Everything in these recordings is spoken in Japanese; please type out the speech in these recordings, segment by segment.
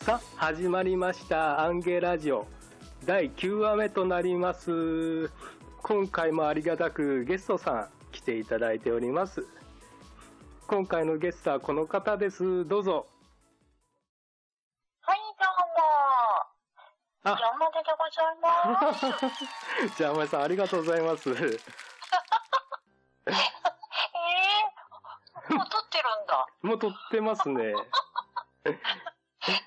さあ始まりましたアンゲラジオ第9話目となります今回もありがたくゲストさん来ていただいております今回のゲストはこの方ですどうぞはい、どうも。あ山田でございます。じゃあお前さんありがとうございますえー、もう撮ってるんだ。もう撮ってますねなんか、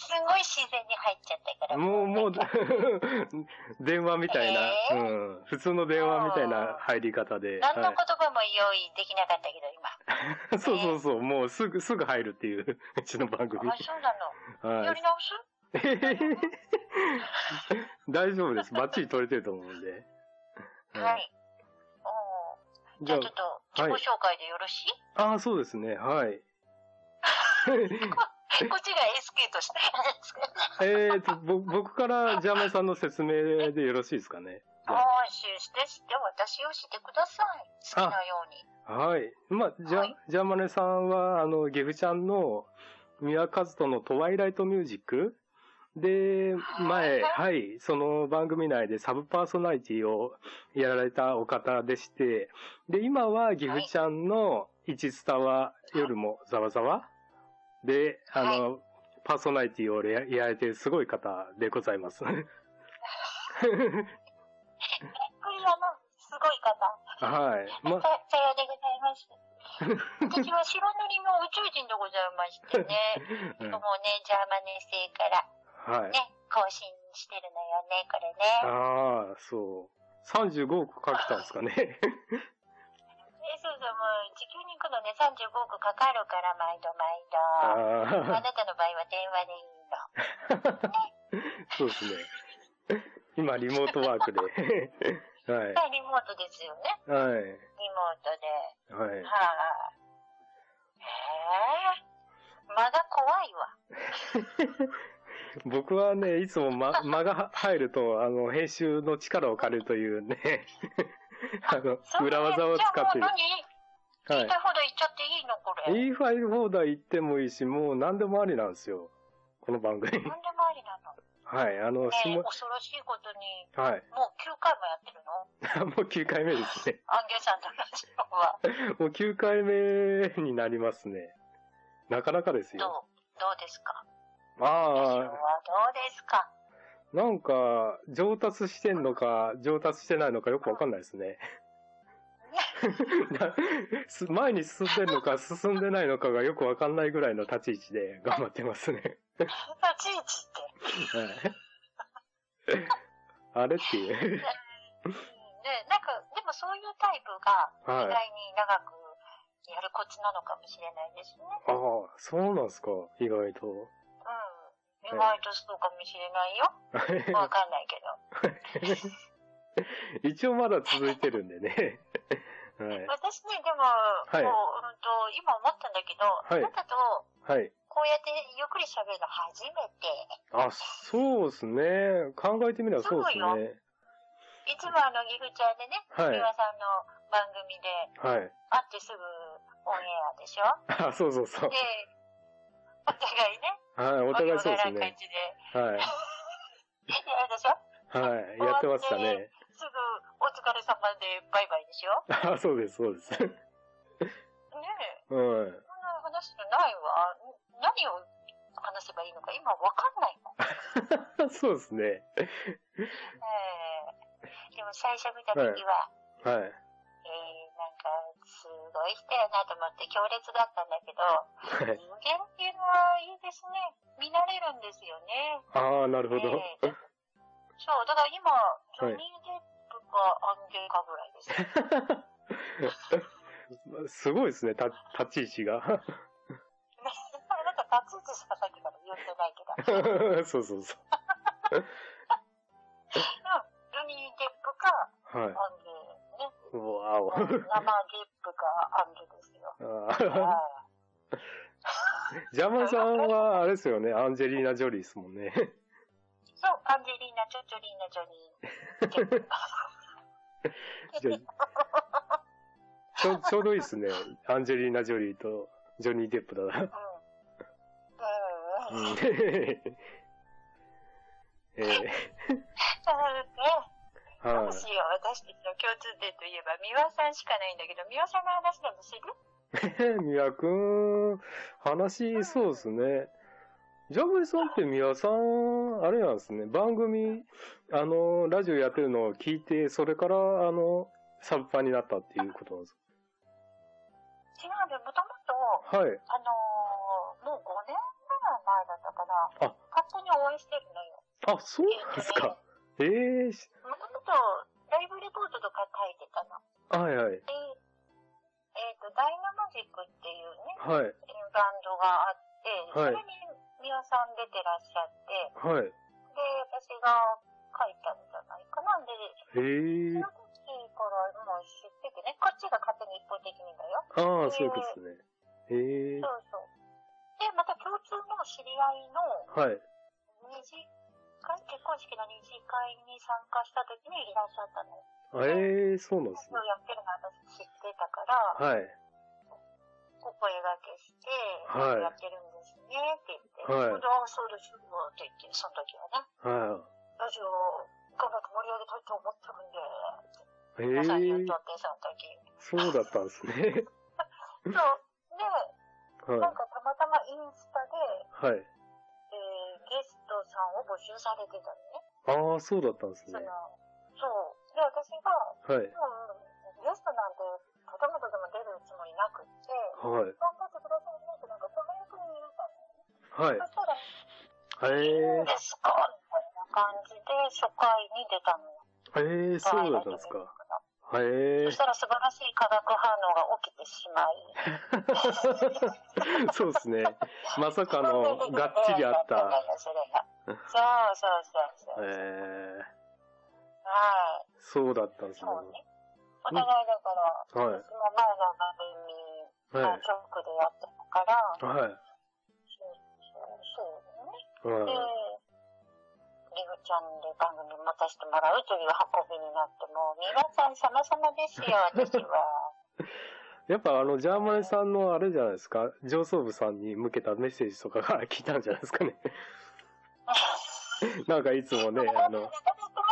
すごい自然に入っちゃったから。もうもう電話みたいな、うん、普通の電話みたいな入り方で、何のは言葉も用意できなかったけど、今。い、そうそうそうもうすぐすぐ入るっていううちの番組あ、そうなの。やはりい直す 大丈夫です。バッチリ取れてると思うんで。うはん。い。おーじじゃゃあちょっと、自己はい紹介でよろしい、あ、ああ、そうですね。はい。 こっちがエスケートしたんですけど。えーと、ぼ僕からジャマさんの説明でよろしいですかね。じゃああ、しして、して、私をしてください。好きなように。あはい。まあ、じゃ、はいジャマネさんは、あの、ゲフちゃんの、ミワカズトのトワイライトミュージックで、前、はい、その番組内でサブパーソナリティをやられたお方でして、で、今はギフちゃんの一スタは夜もざわざわで、あの、パーソナリティをやられてるすごい方でございます。 これはの、すごい方。はい。ま、ささようでござ います。私は白塗りの宇宙人でございましてね。うんもうね、ジャーマネ星からはい。ね、更新してるのよね、これね。ああ、そう。35億かけたんですかね。えそうそう、もう地球に行くのね、35億かかるから、毎度毎度。あああ、なたの場合は電話でいいの。そうですね。今、リモートワ ークで。はい。まあリモートですよね。はい。リモートで。はい。はい、へえまだ怖いわ。僕はね、いつも 間間が入ると、あの、編集の力を借りるという ね、あの、そうね裏技を使っているじゃあもう。何言いたはいほど言っちゃっていいのこれ。い。E ファイルフォーダー行ってもいいし、もう何でもありなんですよ。この番組。 なんでもありなの。はい。あの、しねえも、恐ろしいことに、はい。 もう9回もやってるのもう9回目ですね。アンゲさんのラジオは。もう9回目になりますね。なかなかですよ。どう、どうですかラジオああ、はどうですかなんか、上達してんのか、上達してないのかよくわかんないですね。なす前に進んでるのか進んでないのかがよくわかんないぐらいの立ち位置で頑張ってますね。立ち位置って。はいあれっていう。うんね、なんか、でもそういうタイプが、はい意外に長くやるコツなのかもしれないですね。ああ、そうなんすか、意外と。うん。意外とそうかもしれないよ。わかんないけど。一応まだ続いてるんでね。はい。私ね、でも、いこう、うんと、今思ったんだけど、いあなたと、はい。こうやってゆっくり喋るの初めて。あ、そうですね。考えてみればそうですそうね。いつもあの、ギフちゃんでね、はい三輪さんの番組で、はい。会ってすぐオンエアでしょあ、そうそうそうで。、お互いね、はい、お互いそうですわけわからん感ね。じで、はい。やるでしょはい。やってました終ねわっ。てすぐ、お疲れ様でバイバイでしょあ、そうです、そうです。ねえ、うん。 こんな話のないわ。ん何を話せばいいのか今わかんないもん。そうですね。ええでも最初見た時は、はい。ええなんか、すごい人やなと思って強烈だったんだけど、はい。人間っていうのはいいですね。見慣れるんですよね。ああ、なるほど。ええそう、だから今、ジョニー・デップかアンゲかぐらいです。すごいですね、た立ち位置が。 なんか立ち位置しかさっきから言ってないけど。うん、ジそうそうそう。ョニー・デップかはい。アンゲね。わお。生デップかアンゲですよ。あああー ジャマさんは、あれですよね、アンジェリーナ・ジョリーですもんね。そう、アンジェリーナ・ジョジョリーナ・ジョニー・デッじプ。ゃちょちょうどいいですね。アンジェリーナ・ジョリーとジョニー・デップだな。うん。うんうん えー、どはうしよう。私たちの共通点といえば、美輪さんしかないんだけど、美輪さんの話でも知い。るミワくん、話、そうですね。ジャブリさんってミワさん、あれなんですね。番組、あの、ラジオやってるのを聞いて、それから、あの、サブパンになったっていうことなんです違うんだよ。もともと、かはい。あのーもう5年ぐらい前だったかな。あ勝手に応援してるのよ。あ、そうなんですか。ええーし、もともと、ライブレポートとか書いてたの。はいはい。で、えっ、と、ダイナマジックっていうね、はい。バンドがあって、はいそれに美輪さん出てらっしゃって、はい。で、私が書いたんじゃないかな。で、ええーその。時からもう知っててね、こっちが勝手に一方的にだよ。ああ、そういうことですね。ええそうそう。で、また共通の知り合いのー。はい。二次会、結婚式の二次会に参加した時にいらっしゃったのよ。ええー、そうなんです今ね。日やってるの私知ってたから、はい。お声がけして、はいやってるんですねって言って、はいああ、そうですよって言って、その時ははね、ラジオ頑張って盛り上げたいと思ってるんで、い。ええ皆さんに言っーと、って、その時。そうだったんですね。そう。で、なはんかたまたまインスタい。はい。で、えーゲストさんを募集されてたのね。ああ、そうだったんですその、ね。そう。で、私が、はい。もう、ゲストなんて、とてもとても出るつもりなくって、はい。頑張ってくださいねって、なんか、その役に言うたの。はい。そしたら、いいえんですかみたいな感じで、初回に出たのよ。えー。ええー、そうだったんですか。はい。えそしたら素晴らしい化学反応が起きてしまい。ー、そうですね。まさかの、がっちりあっそうた。そうそうそう。ええはい。ー、そうだったんですね。そうね。お互いだから、は私も前の番組、い。はまあい。局でやってたから、はそうそうそうい。ね。で、はい。リグちゃんで番組持たせてもらうという運びになって、もう皆さん様々です よ、私は。やっぱあの、ジャーマネさんのあれじゃないですか、上層部さんに向けたメッセージとかが来たんじゃないですかね。 なんかいつもね、あの、ネタで言ってま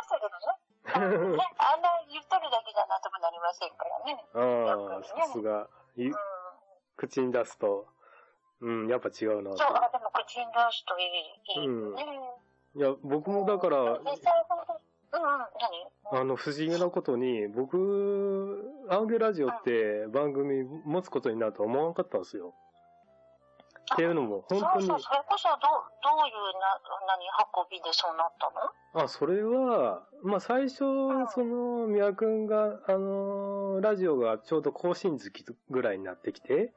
したけど ね。ね、あんな言っとるだけじゃなんともなりませんからね。ああ、さすが、いうん。口に出すと、うん、やっぱ違うなとそう、あ、でも口に出すといい、いいよね。いや、僕もだから、実際本当に、うんうん、何あの、不思議なことに、僕、アンゲラジオって番組持つことになるとは思わなかったんですよ。っていうのも、本当にそうそう、、それこそどう、どういうな、何、運びでそうなったのあ、それは、まあ最初ん、その、宮くんが、あのーラジオがちょうど更新月ぐらいになってきて、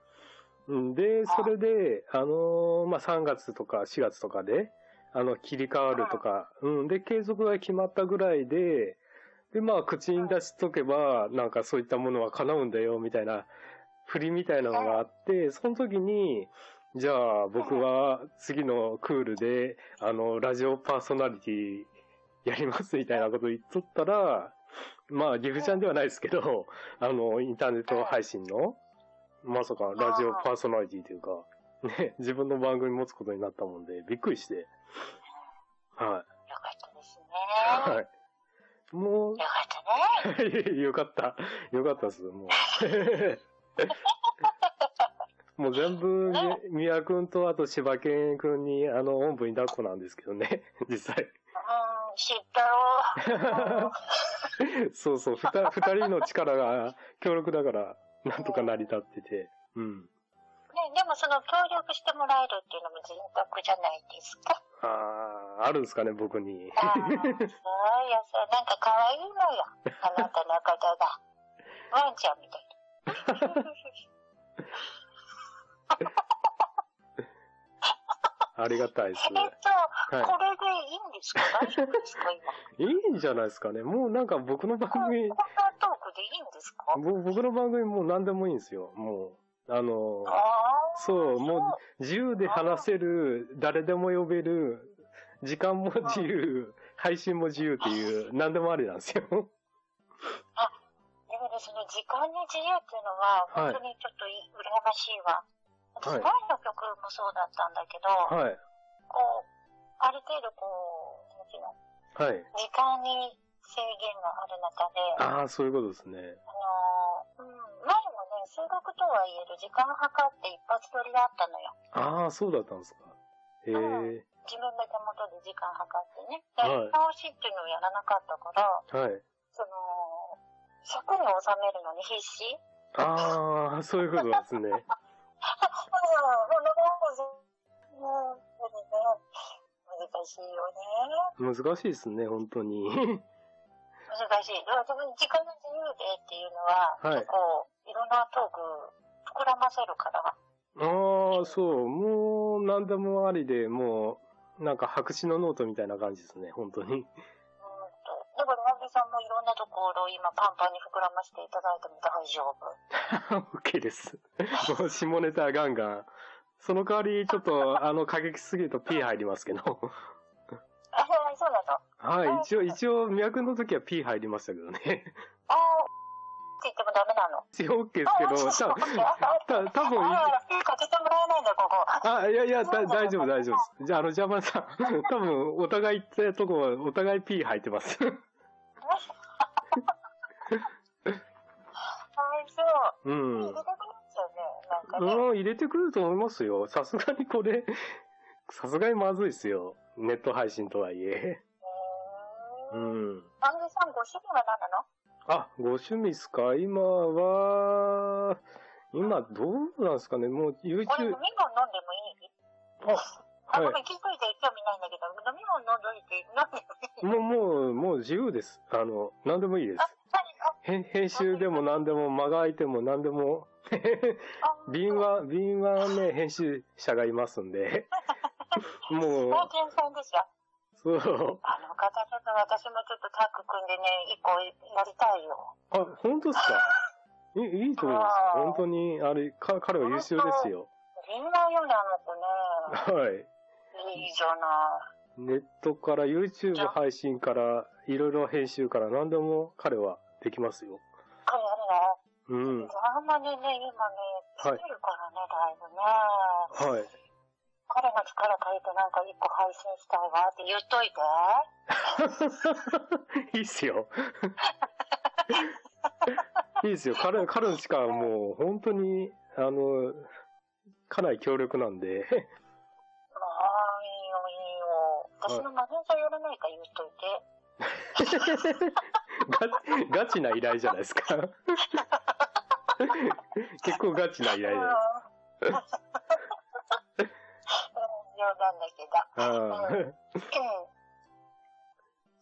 うんで、それで、あのーまあ3月とか4月とかで、あの、切り替わるとか、うん、で、継続が決まったぐらいで、で、まあ、口に出しとけば、なんかそういったものは叶うんだよ、みたいな、振りみたいなのがあって、その時に、じゃあ、僕は次のクールで、あの、ラジオパーソナリティやりますみたいなこと言っとったら、まあ、ギフちゃんではないですけど、あの、インターネット配信の、まさかラジオパーソナリティというか、ね、自分の番組持つことになったもんで、びっくりして。はよかったですね。い。はい。もうよ、かったね。よかった。よかったっす、もう。 もう全部ね、みやくんと、あと柴犬くんに、あの、おんぶに抱っこなんですけどね、実際。うん、知ったろう。 そうそう、ふた、二人の力が強力だから、なんとか成り立ってて。うん。ね、でもその協力してもらえるっていうのも人格じゃないですか。ああ、あるんですかね、僕に。ああ、そうよ、そう、なんか可愛いのよ。あなたのこと が。ワンちゃんみたいな。ありがたいでえっす。と、はこれでいいんですか大丈夫ですか 今。い。いいんじゃないですかね。もうなんか僕の番こん組、こんなトークでいいんですかぼ僕の番組もう何でもいいんですよ。もう、あの、ああ。そう、もう自由で話せる、誰でも呼べる、時間も自由、配信も自由っていう、何でもありなんですよ。だからその時間の自由っていうのは、はい本当にちょっとい、羨ましいわ。私、はい前の曲もそうだったんだけど、はい。こう、ある程度こう、もちろん、はい。時間に制限がある中で、あああ、そういうことですね。のー、うん、前もね、数学とはいえる時間計って一発撮りだったのよ。ああ、そうだったんですか。へえ、自分の手元で時間計ってはいね。で、直しっていうのをやらなかったから、はい。その、尺に収めるのに必死あ あ、そういうことですね。うん、そんなもんもう、ね、難しいよね。難しいですね、本当に。難しい。だから自分時間の自由でっていうのは、はい結構、いろんなトーク膨らませるから。ああ、そう。もう、何でもありで、もう、なんか白紙のノートみたいな感じですね、本当に。 うんと。だから、ナビさんもいろんなところを今パンパンに膨らませていただいても大丈夫。 OK です。もう下ネタガンガン。その代わり、ちょっと、あの、過激すぎると P 入りますけど。あ、そうなの。はい、一応、一応、脈の時は P 入りましたけどね。あーって言ってもダメなの。一応 OK であすけそうど、た、た、多分あー、ピーかけてもらえないんだ、ここ。あ、いやいや、だ大丈夫、大丈夫です。じゃあ、あの、ジャパンさん、多分、お互い行ったとこは、お互い P 入ってます。 はい、そう。うん。入れたくなっちゃうね、なんかね。うん、入れてくると思いますよ。さすがにこれ、さすがにまずいですよ。ネット配信とはいえ。ううん。ん。ナビさん、ご趣味は何なのあ、ご趣味っすか今は、今どうなんですかねもうこ YouTube れ飲、み物飲んでもいいあ、ごはめん、聞いといて興味ないんだけど、飲み物飲んどいて、飲んでもいいい。もう、もう、もう自由です。あの、何でもいいであす。、編編集でも何でも、間が空いても何でも、あ敏腕、敏腕ね、編集者がいますん で。もう、大健さんですよ。そう。あの方、ちょっと私もちょっとタッグ組んでね、一個やりたいよ。あ、本当です かいいいと思います。あー本当に、あれ、か、彼は優秀ですよ。敏腕よね、あの子ね。はい。いいじゃない。ネットから、YouTube 配信から、いろいろ編集から、何でも彼はできますよ。これやるのうん。はあんまりね、今ね、はい作るからね、だいぶね。い。彼が力借りてなんか一個配信したいわって言っといて。いい っすよ。いいっすよ。彼、彼の力はもう、本当に、あの、かなり強力なんで。まあ、いいよ、いいよ。私のマネージャーやらないか言っといて。ガガチな依頼じゃないです か。結構ガチな依頼じゃないですか。うん うん冗談だけど。ああうん、あ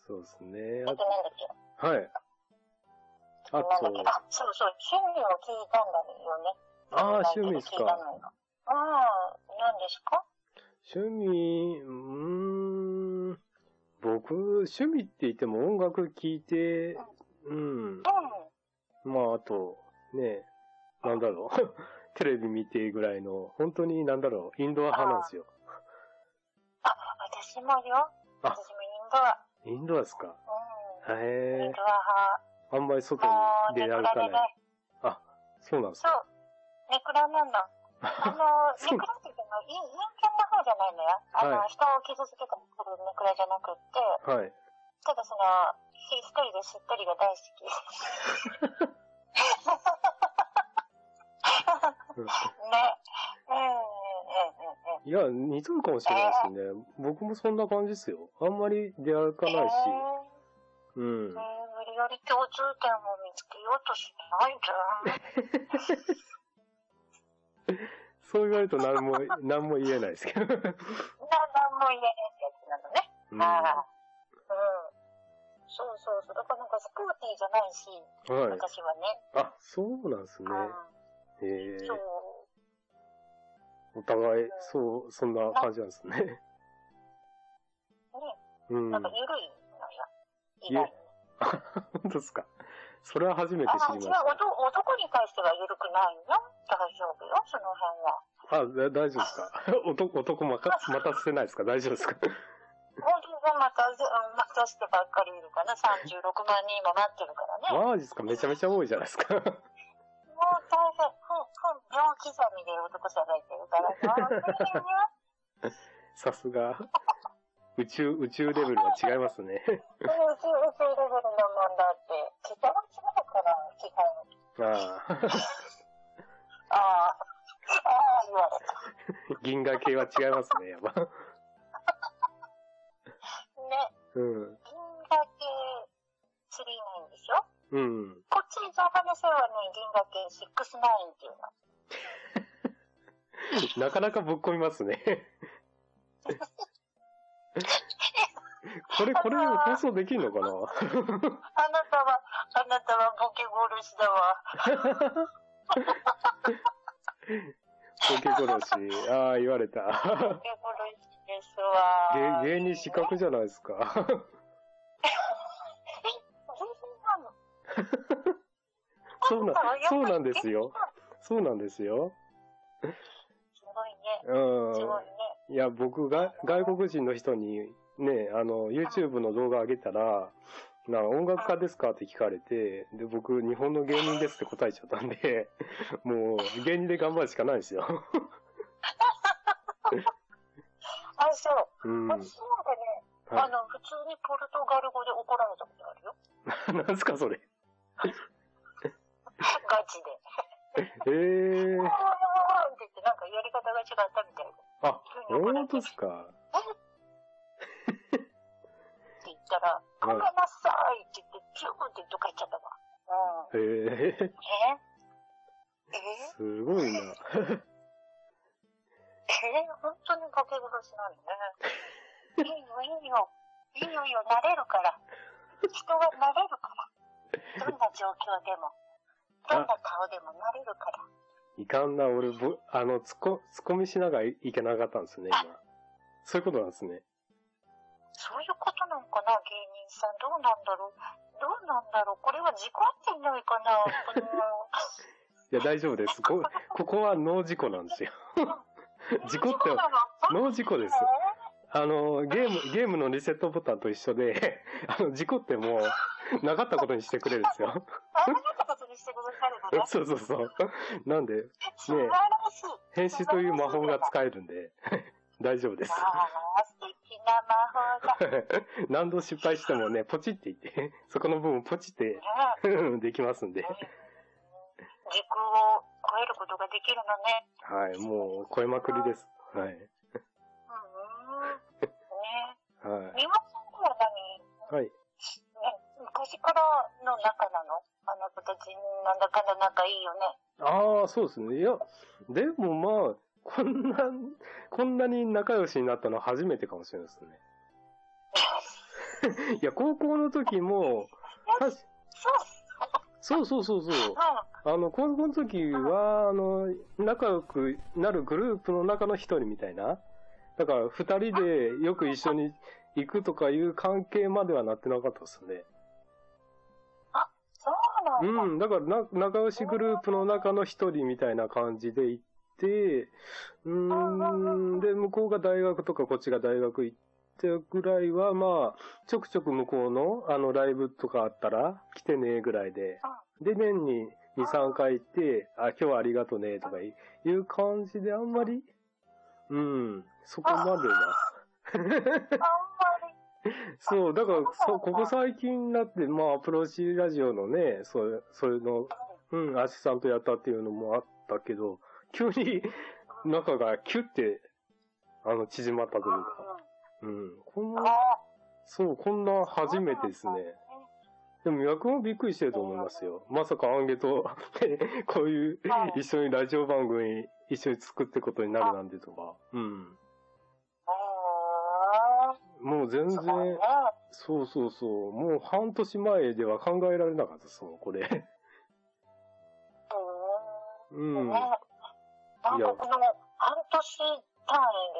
そうですね。となんだっけあはい。あなんだっけと、あ、そうそう、趣味を聞いたんだよね。ああ、なん趣味です聞いたか。のよああ、何ですか趣味、うーん、僕、趣味って言っても音楽聴いて、うんう、ん。まああと、ね、なんだろう、 テレビ見てぐらいの、本当になんだろう、インドア派なんですよ。私もよ。あ私もインドア。インドアですか。うへん。イえンドアあんまり外に派。もう、出ネ歩クラかでない。ね。そうなんですそか。う。ネクラなの。あの、 ネクラって言っても、い陰険な方じゃないのよ。あの、はい人を傷つけたりするネクラじゃなくって、はい。ただその、ひ一人でしっとりが大好き。 ね。うん、うん、うん、うん、いや、似うん。とるかもしれないですね。僕もそんな感じですよ。あんまり出歩かないし。えうんーえー、。無理やり共通点を見つけようとしないじゃん。そう言われると何も、何も言えないですけど。なんも言えないやつなのね。うん、あはあ。うん。そうそうそう。だからなんかスクーティーじゃないし、い。私はね。あ、そうなんですね。うえん。えそう。お互い、そう、そんな感じなんですね。うん。ね、な本んか緩いのよ。意ゆ外に。当ですか。それは初めてあ知あ、違う。りまし男男に対しては緩くないよ。大丈夫よ、その辺た。あ、は。だ大丈夫ですか。男、男まか、待たせないですか大丈夫ですか男がまた、うん、またしてばっかりいるかな。36万人今待ってるからね。マジですかめちゃめちゃ多いじゃないですか。もう大変、ふんふん、秒刻みで男さんがいてるから、本当にね。さすが。宇宙、宇宙レベルは違いますね。宇宙、宇宙レベルのもんだって、桁が違うから、基本。ああ、ああ、ああ、言われた。銀河系は違いますね、やっぱ。ね、うん。銀河系、知りないんでしょうん。こっちのザパネスはね、銀河系69っていうの。なかなかぶっ込みますね。これ、これ放送できるのかなあなたは、あなたはボケ殺しだわ。ボケ殺し。ああ、言われボた。ケ殺しですわ。芸芸人失格じゃないですか。芸人なの。そうな、そうなんですよ。そうなんですよ。すごいね。うんす。ごいね。いや、僕が、外国人の人に、ね、あの、YouTube の動画上げたら、な音楽家ですかって聞かれて、で、僕、日本の芸人ですって答えちゃったんで、 もう、芸人で頑張るしかないですよ。あ、そう。うん。私なんかね、あの、普通にポルトガル語で怒られたことあるよ。 なんすかそれ。ガチええで。おーおーおーって言って、なんかやり方が違ったみたいで。あ、急に怒ら本れ当てっっすか。て言ったら、ごめんなさいって言って、ピューンってどっか行っちゃったわ。うえん。えええすごいな。えー、本当に崖殺しなんだね。いいよ、いいよ。いいよ、いいよ、慣れるから。人は慣れるから。どんな状況でも、どんな顔でも慣れるから。いかんな、俺、ぼあの、つこ、ツッコミしながらいけなかったんですね、今。そういうことなんですね。そういうことなんかな、芸人さん。どうなんだろう。どうなんだろう。これは事故ってんないかな。このいや、大丈夫です。こ、ここは脳事故なんですよ。事故って事故なの脳事故です。あの、ゲーム、ゲームのリセットボタンと一緒で、 あの、事故ってもう、なかったことにしてくれるんですよ。あんなことにしてくださるのね。素そうそうそう。なんで、晴らしい。編集という魔法が使えるんで、 大丈夫 です。ああ、素敵な魔法だ。ね何度失敗してもね、ポチって言って、そこの部分ポチって えうんできますんで。時空を超えることができるのね。はい、もう超えまくりです。はい。うんうん。ねは美輪さんとは何い。はい。ね、昔からの仲なのあなたたちなんだかんだ仲いいよね。ああ、そうですね。いや、でもまあ、こんな、 こんなに仲良しになったのは初めてかもしれないですね。いや、高校の時も、確かそうそうそうそうそう。うん。あの、高校の時は、あの、仲良くなるグループの中の一人みたいな。だから、二人でよく一緒に行くとかいう関係まではなってなかったですね。そうなんだ。うん。うん、だからな、仲良しグループの中の一人みたいな感じで行って、うーん、で、向こうが大学とかこっちが大学行ってぐらいは、まあ、ちょくちょく向こうの、あの、ライブとかあったら、来てねえぐらいで、で、年に2、3回行って、あ、今日はありがとね、とかいう感じで、あんまり、うん、そこまでは。あんまり。そう、だから、そう、ここ最近になって、まあ、アプローチラジオのね、それ、それの、うん、アシスタントやったっていうのもあったけど、急に、中がキュって、あの、縮まったといううんか、うん、こんうん。な、あそう、こんな初めてですね。でも、役もびっくりしてると思いますよ。まさかアンゲと、 こういうはい、一緒にラジオ番組、一緒に作ってことになるなんてとか、うん。あ。もう全うん。すごいね然、。そうそうそう。もう半年前では考えられなかったですもん、こ れ。ううん。ん。ね。なんかこの半年単位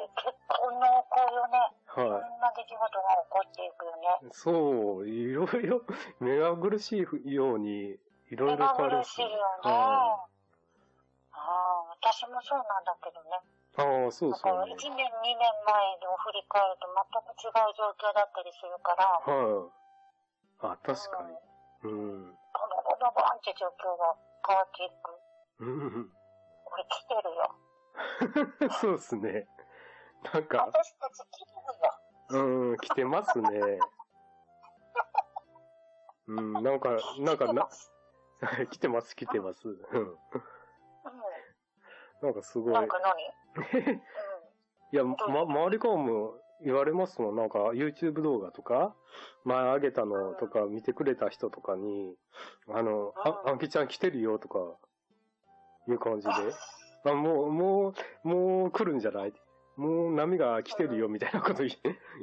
で結構濃厚よね。いろんはな出来事が起こっていくよね。い。そう、いろいろ、目が苦しいように、いろいろ変目がわるんで苦すしいよよね。はああ、私もそうなんだけどね。ああ、そうだですからよ1ね。年、2年前のを振り返ると全く違う状況だったりするから、はい。あ、確かうんに。うん。ボンボンボンボンって状況が変わっていく。うん これ来てるよ。そうですね。なんか、私たち切るよ。うん、来てますね。うん、なんか、なんかな、 来てます、来てます。うん。うなんかすごん。い。なん か何うん。いや、ま、周りからも言われますもん。なんか、YouTube 動画とか、前上げたのとか見てくれた人とかに、あの、あ、あんきちゃん来てるよとか、いう感じで。あ、もう、もう、もう来るんじゃないもう波が来てるよみたいなこと言う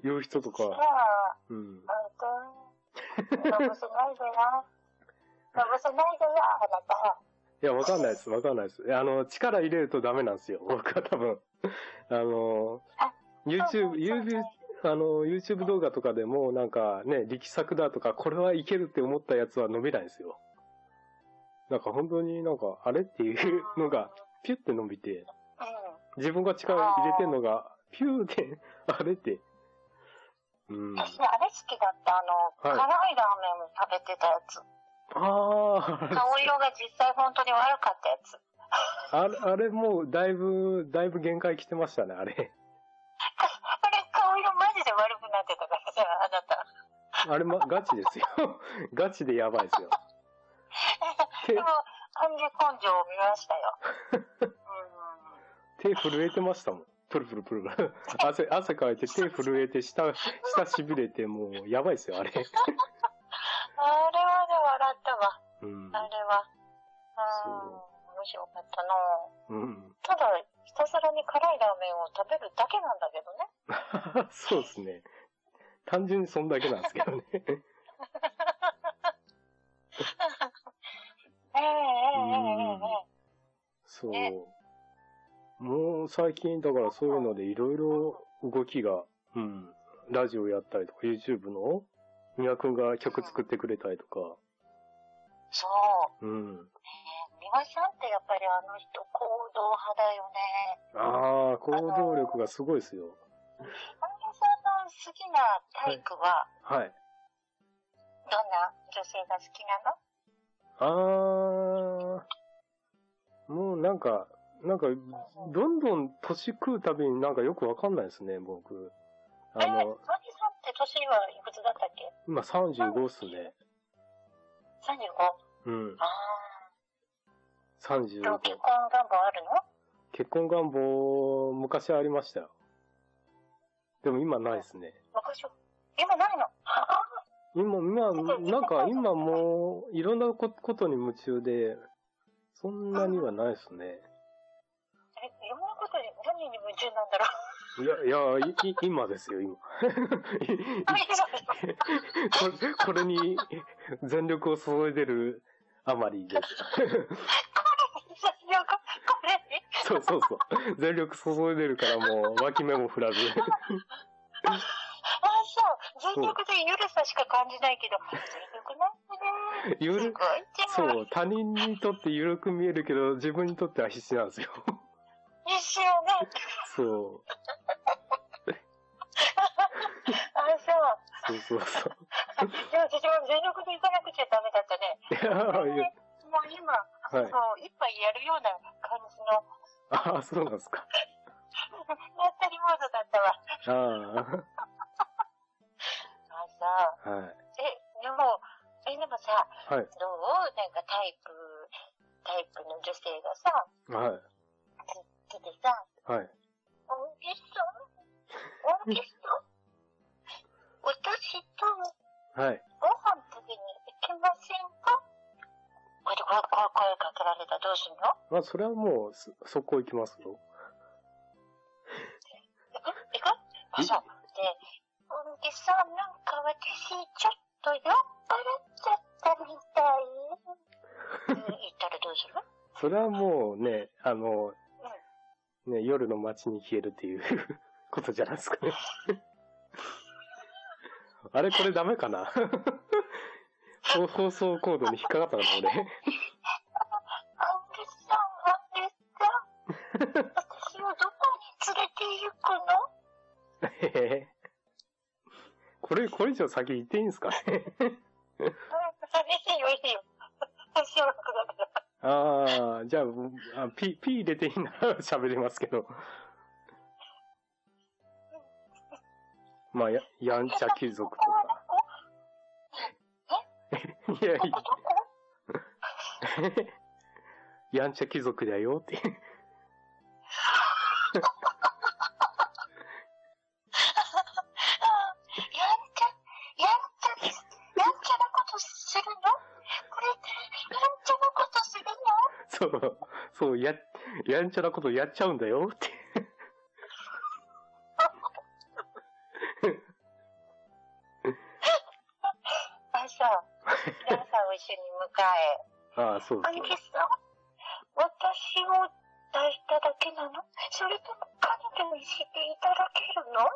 言う人とじゃか。あ、うん。 本当に。のぼせないでな。のぼせないでよ、あなた。いや、わかんないです。わかんないです。あの、力入れるとダメなんですよ。僕は多分。あの、YouTube、YouTube あの、YouTube 動画とかでも、なんかね、力作だとか、これはいけるって思ったやつは伸びないんですよ。なんか本当になんか、あれっていうのが、ピュって伸びて、う自分が力入れてんのが、ピューって、あれって。うんん。。私、あれ好きだった。あの、はい辛いラーメン食べてたやつ。あ顔色が実際本当に悪かったやつ。あ、あれ、あれもう、だいぶ、だいぶ限界来てましたね、あれ。あれ、顔色マジで悪くなってたからさ、あなた。あれ、ま、ガチですよ。 ガチでやばいですよ。でも、感じ根性を見ましたよ。 うん。手震えてましたもん。プルプルプル。汗、汗かいて手震えて、下、下痺れて、もう、やばいですよ、あれ。あれはね、笑ったわ。うん。あれは。そううん。面白かったなうん。 ただ、ひたすらに辛いラーメンを食べるだけなんだけどね。そうですね。単純にそんだけなんですけどね。ええええええうんええ。そう。もう最近、だからそういうのでいろいろ動きが、うん。ラジオやったりとか、YouTube の、みやくんが曲作ってくれたりとか、そう。うん。美輪さんってやっぱりあの人、行動派だよね。ああ、行動力がすごいですよ。美輪さんの好きなタイプは、はい。どんな女性が好きなのあー、もうなんか、なんか、どんどん年食うたびになんかよくわかんないですね、僕。あえ、美輪の、さんって年はいくつだったっけ今35っすね。 ?35。うん。ああ。ど35う。結婚願望あるの結婚願望、昔ありましたよ。でも今ないですね。昔は。今ないの。ああ。今、今、なんか今もう、いろんなこことに夢中で、そんなにはないですね。え、いろんなことに、何に夢中なんだろう。 いや、いや、いい今ですよ、今。 あいろいろこれ、これに全力を注いでるあまりです。よくこれに。そうそうそう。全力注いでるからもう脇目も振らず。あ、そう。全力でゆるさしか感じないけ ど、全力なんだね。ゆする、ごいじゃん。そう、他人にとって緩く見えるけど、自分にとっては必死なんですよ。一緒よね。そう。あ、そう。そうそうそう。でも私も全力で行かなくちゃダメだったね。いや、いや、もう今、はい。そう、一杯やるような感じの、ああ、そうなんですか。やったりモードだったわ。ああ、そあ、う。はい。え、でも、え、でもさ、はいどうなんかタイプ、タイプの女性がさ、はい。来てさ、はい。おいしそう。おいしそう。私とはい。ご飯食べに行きませんかこれ、これ、これ、声かけられたらどうすんのまあ、それはもう、そ速攻行きますよ。行く行くあ、そう。で、おんぎさん、なんか私、ちょっと酔っ払っちゃったみたい。うん言ったらどうするそれはもうね、あの、ね、夜の街に消えるっていう ことじゃないですかね。あれこれダメかな 放放送コードに引っかかったかな、俺。アンデさん、アンデさん。私をどこに連れて行くの へへ これ、これ以上先行っていいんですかね寂しいよ、いいよ。私は楽だから。ああ、じゃあ、あ P、P 入れていいなら喋りますけど。まあ、や、やんちゃ貴族とか。いやいここどこや、や んちゃ貴族だよって。あーやんちゃ、やんちゃです、やんちゃなことするのこれ、やんちゃなことするのそう、そう、や、やんちゃなことやっちゃうんだよって。あ、 そう。皆さんを一緒に迎え。ああ、そうアそうン。さん、私を抱いただけなのそれとも彼女にしていただけるの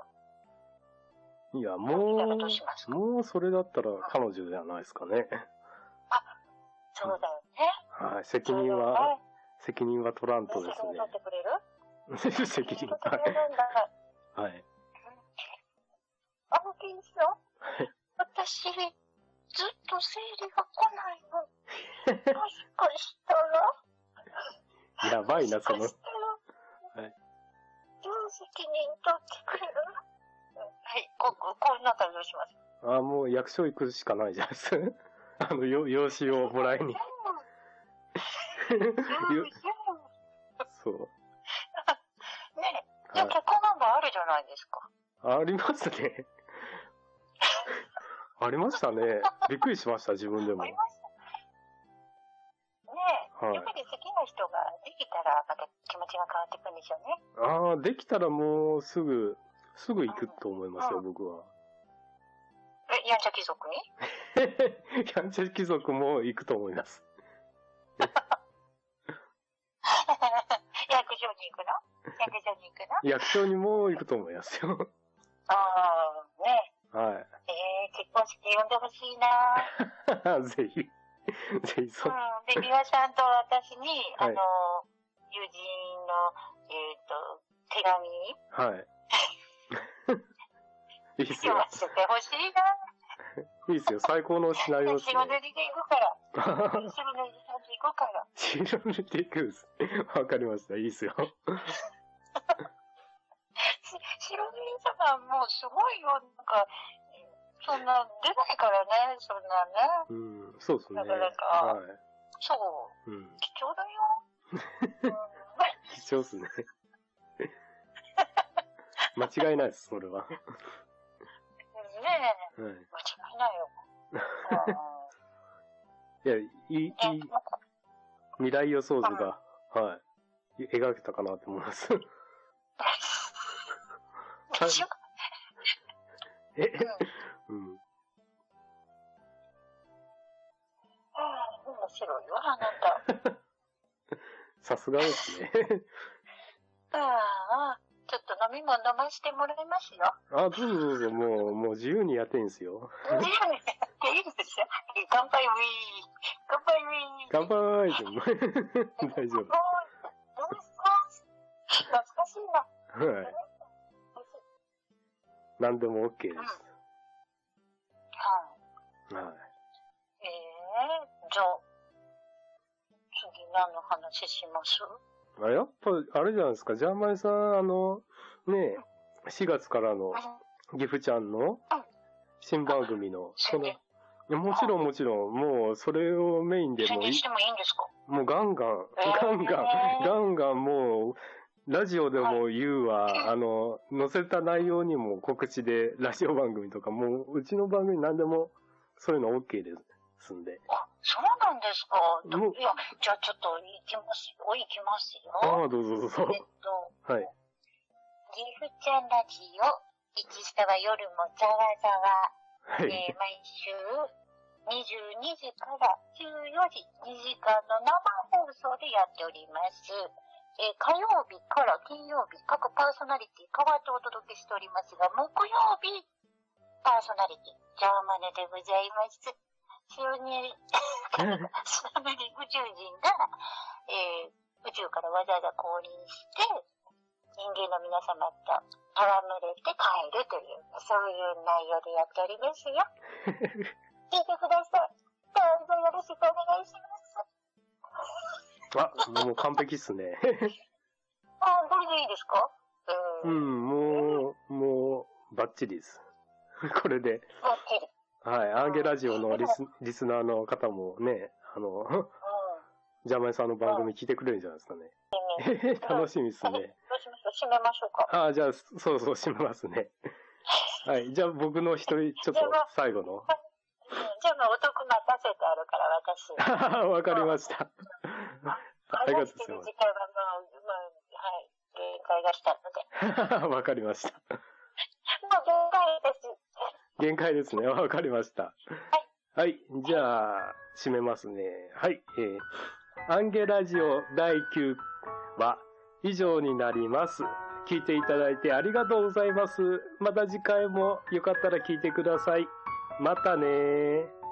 いや、どうしたもらどうしますう、かもうそれだったら彼女じゃないですかね。そうだよね。はい、責任は、責任は取らんそとうだよね。で責任取って くれるすね。責任、は取ってくれるんだ。い。はい。アンケンさん、私、ずっと生理が来ない の。もしかしたら、やばいな、そものしかし、たら、はいどう責任取ってくれるはい、こ、ここんな感じをします。ああ、もう役所行くしかないじゃないですか。 あの、よ、用紙をもらい に。うん、 うん、ようん。そう。ねえ、じゃはあい結婚願望あるじゃないですか。ありますね。 ありましたね。びっくりしました、自分でもあ。りました。ねえ、はいやっぱり好きな人ができたら、また気持ちが変わってくるんでしょうね。ああ、できたらもうすぐ、すぐ行くと思いますよ、うん僕は。 え、やんちゃ貴族にキャンチェ貴族も行くと思います。 役所に行くの役所に行くの役所にも行くと思いますよ。ああ、ねはえ、えー、結婚式呼んでほしいない。 ぜひ、ぜひ、そ、うん。で、美輪さんと私に、はいあの、友人の、えっ、と、手紙はい。 いいっす読よま。せてほしいな。いいっすよ。最高のシナリオっす白塗ね。りで行くから。白塗りさんと行くから。白塗りで行くんです。わかりました。いいっすよ。し白塗り様はもうすごいよ、なんか、そんな出ないからね、そんなね。うん、そうですね。なかなかはそう、い。うん。貴重だよ。 うん貴重っすね。間違いないです、それは。はねえ、い。間違いないよ。 ういや、いい、いいん、ね、もうこ未来予想図が、はい。描けたかなと思います。でしょえうん、ううん、ん。面白いわ、あなた。さすがですね。ああ、ちょっと飲み物飲ましてもらいますよ。あ、どうぞどうぞ、もう、もう自由にやっていいんですよ。いいですよ。乾杯ウィー。乾杯ウィー。乾杯 でも大丈すごい。どうした懐かしいな。夫。はい。何でも OK です。はい。はええじゃあ、次何の話しますい。あやっぱ、あれじゃないですか、ジャーマイさん、あの、ねえ、4月からのギフちゃんの新番組の、そこうのいねや、もちろんもちろん、もうそれをメインで宣もい伝してもいいんですかもうガンガン、えーガンガン、ガンガンもう、ラジオでも言うわ、あの、載せた内容にも告知で、ラジオ番組とか、もう、うちの番組何でも、そういうの OK ですんで。あ、そうなんですか。もういや、じゃあちょっと行きますよ。行きますあよ。あ、どうぞどうぞ。えっと、はい。ギフちゃんラジオ、一下は夜もざわざわ。はえーい。毎週22時から14時、2時間の生放送でやっております。えー火曜日から金曜日、各パーソナリティ変わってお届けしておりますが、木曜日、パーソナリティ、ジャーマネでございます。週に、 週に宇宙人が、えー宇宙からわざわざ降臨して、人間の皆様と戯れて帰るという、そういう内容でやっております よ。聞いてください。どうぞよろしくお願いします。あ、もう完璧っす ね。あ、これでいいですかうん、もう、もう、バッチリです。これで、バッチリ。はい、アンゲラジオのリスリスナーの方もね、あの、 うん。ジャマイさんの番組聞いてくれるんじゃないですかね。 楽しみですね。どうします閉めましょうか。ああ、じゃあ、そうそう、締めます ね。はい、じゃあ僕の一人、ちょっと最後の。うんじゃあ、まあ、お得待たせてあるから、私。わかりました。 ありがとう話してるござ時間は、まあ、まあ、はい、限界が来たので。います。 わかりました。もう限界です。限界ですね。 わかりました。はい。じゃあ、締めますね。はい。えー、アンゲラジオ第9話、以上になります。聞いていただいてありがとうございます。また次回もよかったら聞いてください。またねー